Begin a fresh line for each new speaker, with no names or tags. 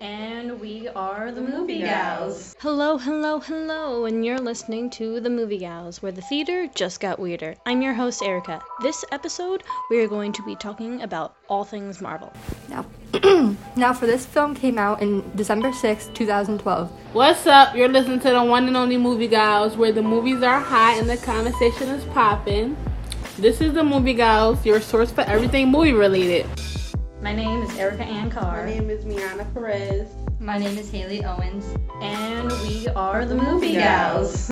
And we are the Movie Gals. Hello, hello, hello, and you're listening to The Movie Gals, where the theater just got weirder. I'm your host, Erica. This episode, we are going to be talking about all things Marvel.
Now, now for this film came out in December 6, 2012.
What's up? You're listening to the one and only Movie Gals, where the movies are hot and the conversation is popping. This is the Movie Gals, your source for everything movie related.
My name is Erica Ann Carr.
My name is Miana Perez.
My name is Haley Owens.
And we are the Movie Gals.